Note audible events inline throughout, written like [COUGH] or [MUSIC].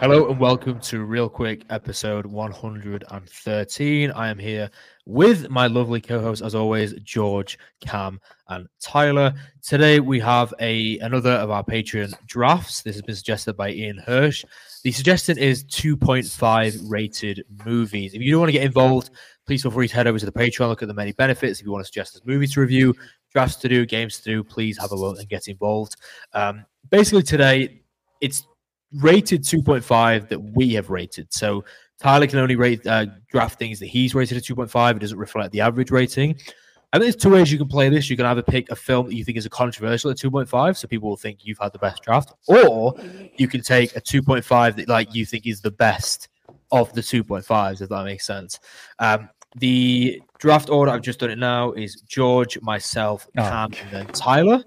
Hello and welcome to Real Quick episode 113. I am here with my lovely co hosts as always, George, Cam, and Tyler. Today we have a another of our Patreon drafts. This has been suggested by Ian Hirsch. The suggestion is 2.5 rated movies. If you do want to get involved, please feel free to head over to the Patreon, look at the many benefits. If you want to suggest us movies to review, drafts to do, games to do, please have a look and get involved. Um, basically, today it's rated 2.5 that we have rated. So Tyler can only rate uh, draft things that he's rated at 2.5. It doesn't reflect the average rating. I think there's two ways you can play this. You can either pick a film that you think is a controversial at 2.5, so people will think you've had the best draft, or you can take a 2.5 that like you think is the best of the 2.5s, if that makes sense. Um, the draft order I've just done it now is George, myself, Oh, Cam, and then Tyler.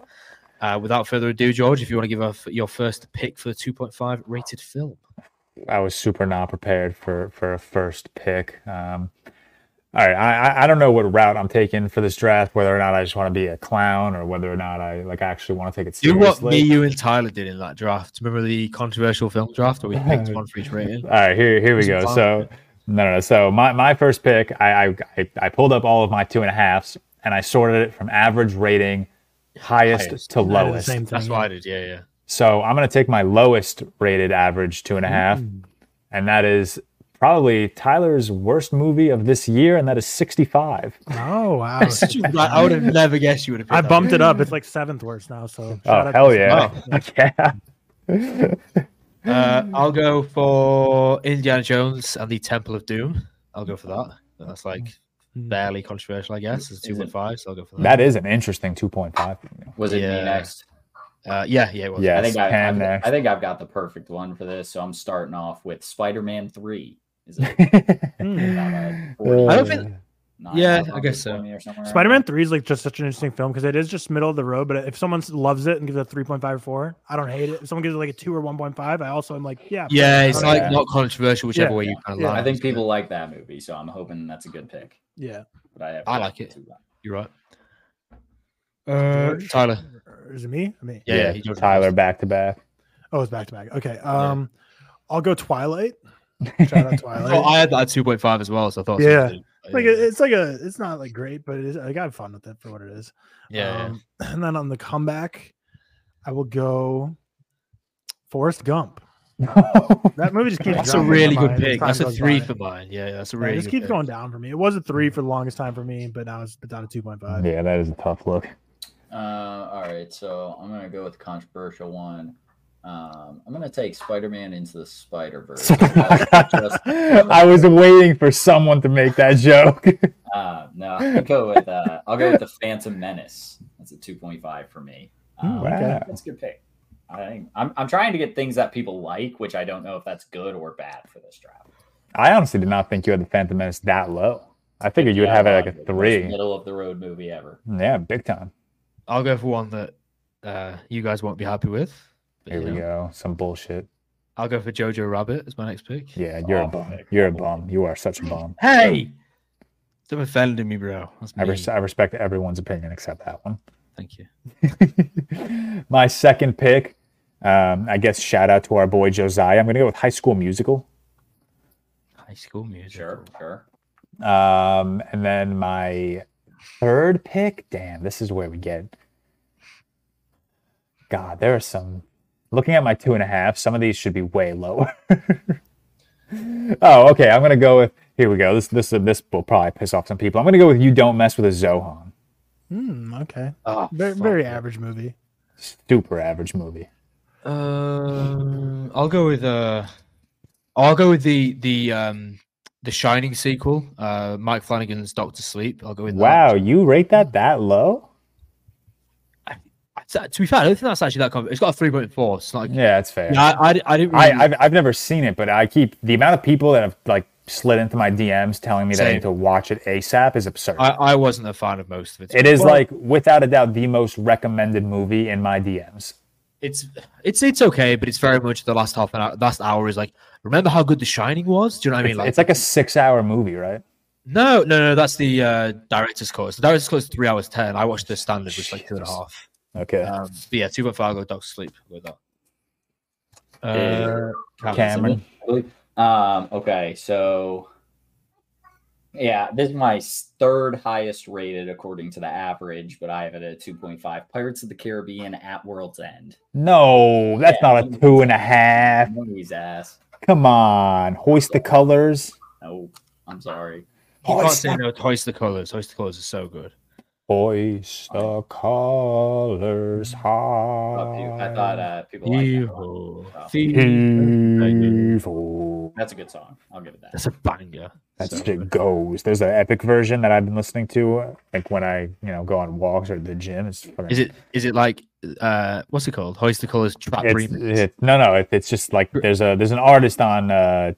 Uh, without further ado, George, if you want to give us your first pick for the 2.5 rated film. I was super not prepared for for a first pick. Um, all right, I I- I don't know what route I'm taking for this draft. Whether or not I just want to be a clown, or whether or not I like actually want to take it Do what seriously. me, you, and Tyler did in that draft. Remember the controversial film draft where we picked one for each rating? [LAUGHS] All right, here here we Some go. fun. So no no no. So my my first pick, I I I- I pulled up all of my two and a halves and I sorted it from average rating, highest, Highest. to I did the lowest. same thing. That's what I did. Yeah, yeah. So I'm gonna take my lowest rated average two and a half, Mm. and that is probably Tyler's worst movie of this year, and that is 65. Oh [LAUGHS] wow! I would have never guessed you would have. I bumped it up. It's like seventh worst now. So shout oh out hell to- yeah! [LAUGHS] [LAUGHS] yeah. Uh, I'll go for Indiana Jones and the Temple of Doom. I'll go for that. That's like barely controversial, I guess. It's Is it? 2.5, so I'll go for Hmm. that. That is an interesting 2.5. [LAUGHS] Was it Yeah. me next? Uh, yeah, yeah. It was. Yeah. I think Yes, I, Pam I've, next. I think I've got the perfect one for this. So I'm starting off with Spider-Man Three. Is it Hmm. Mm. [LAUGHS] Uh, I don't think- nine Yeah, out of I guess so. 120 or somewhere around Spider-Man there? Three is like just such an interesting film because it is just middle of the road. But if someone loves it and gives it a three point five or four, I don't hate it. If someone gives it like a two or one point five, I also am like, yeah, Oh, Yeah, it's Yeah. like not controversial, whichever Yeah. way you kind of Yeah. like. I think people like that movie, so I'm hoping that's a good pick. yeah. But I have I like it. too low. You're right. Uh, Tyler. Is it me? I mean, Yeah, yeah, he goes Tyler first. back to back. oh, it's back to back. Okay. Um, I'll [LAUGHS] go Twilight. Shout out Twilight. Oh, I had that at 2.5 as well, so I thought. Yeah. something- like it- it's like a, it's not like great, but it is. Like, I got fun with it for what it is. yeah, yeah. Um, [CLEARS THROAT] And then on the comeback, I will go Forrest Gump. That movie just keeps. That's a dropping in my really good mind as pick. time That's a goes three by. for mine. Yeah, that's a Yeah, really. it just good keeps pick. going down for me. It was a three for the longest time for me, but now it's down to two point five. yeah, that is a tough [LAUGHS] look. [LAUGHS] Uh, all right, so I'm gonna go with the controversial one. Um, I'm gonna take Spider-Man into [LAUGHS] the Spider-Verse. I was waiting for someone to make that joke. [LAUGHS] Uh, [LAUGHS] no, I'll go with uh, I'll go with the Phantom Menace. That's a 2.5 for me. Um, Wow. That's a good pick. I think I'm I'm trying to get things that people like, which I don't know if that's good or bad for this draft. I honestly did not think you had the Phantom Menace that low. I figured you would have it like a Most three. middle of the road movie ever. Yeah, big time. I'll go for one that uh, you guys won't be happy with. but, Here you we know. go. Some bullshit. I'll go for Jojo Rabbit as my next pick. Yeah, you're a Awful bum. pick. You're a Awful bum. You [LAUGHS] are such a bum. Hey, stop offending me, bro. That's I, mean. res- I respect everyone's opinion except that one. [LAUGHS] Thank you. My second pick, um, I guess, shout out to our boy Josiah. I'm going to go with High School Musical. High School Music. Sure, sure. Um, and then my third pick, damn, this is where we get. God, there are some. Looking at my two and a half, some of these should be way lower. [LAUGHS] oh, okay. I'm gonna go with. Here we go. This this this will probably piss off some people. I'm gonna go with "You Don't Mess with a Zohan." Hmm, okay, Oh, very, fuck very it. average movie. Super average movie. Um, I'll go with uh, I'll go with the the um the Shining sequel. Uh, Mike Flanagan's Doctor Sleep. I'll go with that. Wow, you rate that that low? That's- To be fair, I don't think that's actually that. Com- it's got a three point four. It's not. Like, Yeah, that's fair. yeah, I, I, I didn't. I, really- I've I've never seen it, but I keep the amount of people that have like slid into my DMs telling me that I Same. need to watch it ASAP is absurd. I, I wasn't a fan of most of it. It is Well, like without a doubt the most recommended movie in my DMs. it's it's it's okay, but it's very much the last half an hour. Last hour is like, remember how good The Shining was? Do you know what I mean? it's like a six-hour movie, right? no, no, no. That's the uh, director's cut. So The director's cut is three hours ten. I watched the standard, which is like two and a half. Okay. Um, but yeah, two point five. Go dog sleep. I'll Go with that. Uh, Cameron. Um, okay, so yeah, this is my third highest rated according to the average, but I have it at 2.5. Pirates of the Caribbean at World's End. No, that's Yeah. not a two and a half. Movies ass. Come on, hoist the colors. No, I'm sorry. You can't Hoist say the, no. Hoist the colors. Hoist the colors is so good. hoist the colors Fuck you. high. I thought uh, people liked that one. Evil. Oh. Thief. Evil. That's a good song. I'll give it that. That's a banger. That's So just good. goes. There's an epic version that I've been listening to, like when I, you know, go on walks or the gym. It's fucking- Is it? Is it like? Uh, what's it called? Hoist the colors trap It's, remix. it- no, no. It, it's just like there's a there's an artist on uh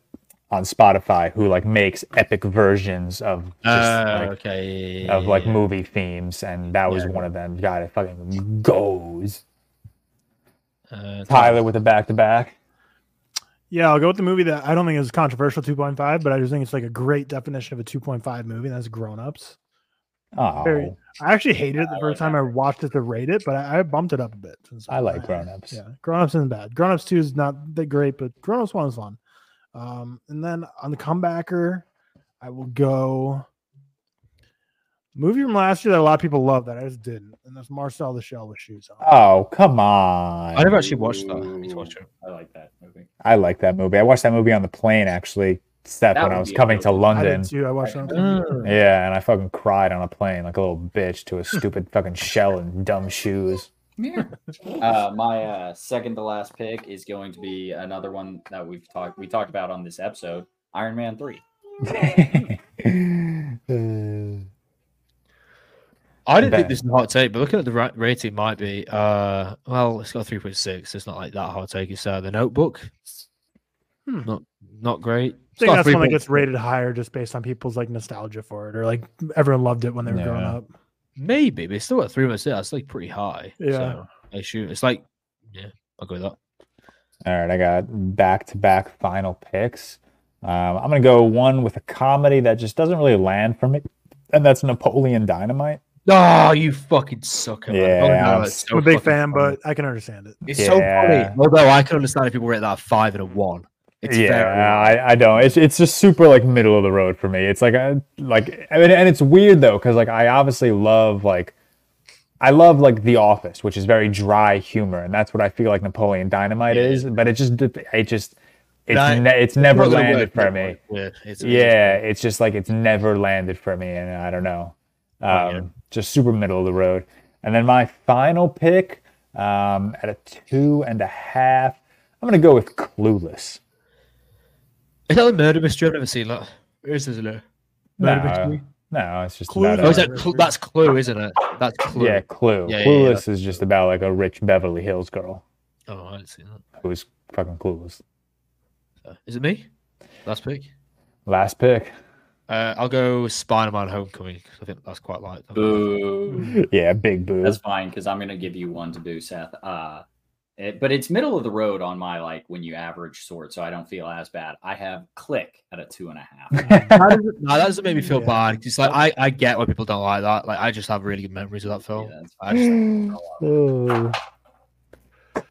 on Spotify who like makes epic versions of just Uh, like, okay. of like yeah. movie themes, and that was Yeah. one of them. God, it fucking goes. Uh, Tyler with a back to back. Yeah, I'll go with the movie that I don't think is controversial 2.5, but I just think it's like a great definition of a 2.5 movie, and that's Grown Ups. Oh, Very- I actually hated it I the like first that time I watched it to rate it, but I, I bumped it up a bit. since I like Grown grown ups. Yeah, Grown Ups isn't bad. Grown Ups 2 is not that great, but Grown Ups 1 is fun. Um, and then on the comebacker, I will go movie from last year that a lot of people love that I just didn't, and that's Marcel the Shell with shoes on. Oh, come on. I've actually watched that. I need to Ooh. watch it. I like that movie. I like that movie. I watched that movie on the plane actually, Steph, That when would I was be a coming good to I London. did too. I watched it. On Right. Mm. computer. Uh, Yeah, and I fucking cried on a plane like a little bitch to a stupid fucking shell and dumb shoes. Come here. [LAUGHS] Uh, my uh, second to last pick is going to be another one that we've talked we talked about on this episode, Iron Man three. [LAUGHS] Uh, I didn't Bang. think this is a hot take, but looking at the ra- rating, might be. Uh, well, it's got three point six. It's not like that hard take. It's uh, the Notebook. Hmm. Not not great. I think It's got that's one that 3.6. gets rated higher just based on people's like nostalgia for it, or like everyone loved it when they were growing Yeah. up. Maybe, but it's still at three point six. That's like pretty high. Yeah. So I shoot. It's like yeah, I'll go with that. All right, I got back to back final picks. Um, I'm going to go one with a comedy that just doesn't really land for me, and that's Napoleon Dynamite. Oh, you fucking sucker! man. Yeah, Oh, no, I'm that's s- so I'm a big fucking fan, funny. but I can understand it. it's so Yeah. funny. Although I can understand if people rate that a five and a one. It's yeah, very- I, I don't. It's it's just super like middle of the road for me. It's like a, like I mean, and it's weird though because like I obviously love like I love like The Office, which is very dry humor, and that's what I feel like Napoleon Dynamite Yeah. is. But it just it just it's That- ne- it's never Not gonna landed work, for not me. gonna work. Yeah, it's- Yeah, it's just like it's never landed for me, and I don't know. Um, Oh, yeah. Just super middle of the road. And then my final pick um, at a two and a half, I'm gonna go with Clueless. Is that the murder mystery? I've never seen that. It is, isn't it? Murder No. mystery. No, it's just Clues about Oh, is a, that Cl- that's Clue, isn't it? That's Clue. yeah, Clue. Yeah, yeah, yeah, clueless is just about like a rich Beverly Hills girl Oh, I didn't see that. who's fucking clueless. Uh, Is it me? Last pick. Last pick. Uh, I'll go Spider-Man: Homecoming. 'cause I think that's quite light. Boo. Yeah, big boo. [SIGHS] That's fine because I'm gonna give you one to do, Seth. Uh, it, but it's middle of the road on my like when you average sort, so I don't feel as bad. I have click at a two and a That [LAUGHS] half. doesn't, nah, that doesn't make me feel Yeah. bad. 'cause It's like I, I get why people don't like that. Like I just have really good memories of that Yeah, film. that's I just, Ooh.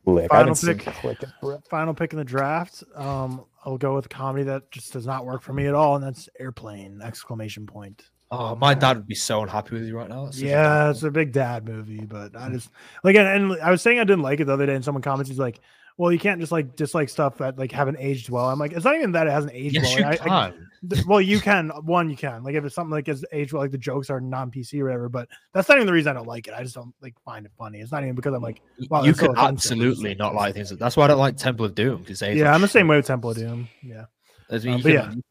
Click. I Final haven't seen pick. Click in forever. Final pick in the draft. Um, I'll go with a comedy that just does not work for me at all, and that's Airplane! Exclamation point. oh, my dad would be so unhappy with you right now. That's such a bad yeah, it's a big dad movie, Mm. but I just like, and, and I was saying I didn't like it the other day, and someone comments, he's like, "Well, you can't just like dislike stuff that like haven't aged well." I'm like, it's not even that it hasn't film. aged Yes, well. you Like, I- can. I- th- well, you can one, you can like if it's something like is aged well, like the jokes are non PC or whatever. But that's not even the reason I don't like it. I just don't like find it funny. It's not even because I'm like, wow, you that's so can offensive. absolutely not like things. That's why I don't like Temple of Doom because yeah, I'm the same way with Temple of Doom. Yeah, As we- Um, you but can-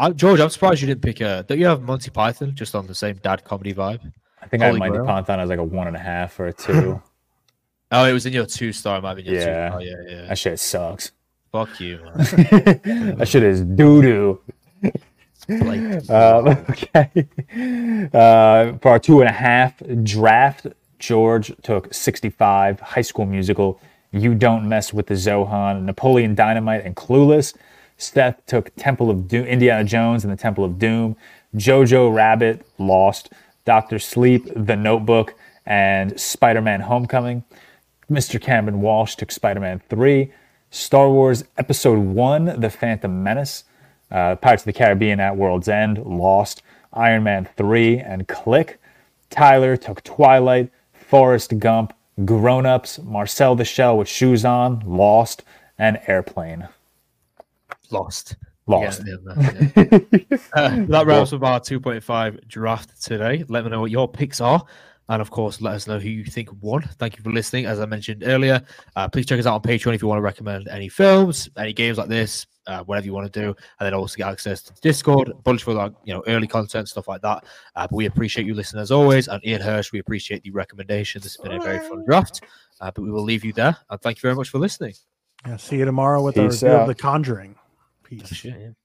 I'm, George, I'm surprised you didn't pick a. Don't you have Monty Python just on the same dad comedy vibe? I think I had Holy Monty Grail. Python as like a one and a half or [LAUGHS] a two. Oh, it was in your two star. It might be in your Yeah. two. Oh, yeah, yeah. that shit sucks. Fuck you, man. that shit is doo doo. Blake. Um, [LAUGHS] okay. Uh, for our two and a half draft, George took 65, High School Musical, You Don't Mess with the Zohan, Napoleon Dynamite, and Clueless. Steph took Temple of Doom, Indiana Jones and the Temple of Doom, Jojo Rabbit, Lost, Doctor Sleep, The Notebook, and Spider Man Homecoming. Mr. Cameron Walsh took Spider Man 3. Star Wars Episode 1, The Phantom Menace, uh, Pirates of the Caribbean at World's End, Lost, Iron Man 3, and Click. Tyler took Twilight, Forrest Gump, Grown Ups, Marcel the Shell with Shoes On, Lost, and Airplane. Lost. Lost. Yeah, yeah, yeah. Uh, that wraps up our 2.5 draft today. Let me know what your picks are. And of course, let us know who you think won. Thank you for listening. As I mentioned earlier, uh, please check us out on Patreon if you want to recommend any films, any games like this, uh, whatever you want to do. And then also get access to Discord, a bunch of like you know early content stuff like that. Uh, but we appreciate you listening as always. And Ian Hirsch, we appreciate the recommendation. This has been a very fun draft. Uh, but we will leave you there. And thank you very much for listening. Yeah, see you tomorrow with Peace our review out. of The Conjuring. Peace. Shit, yeah.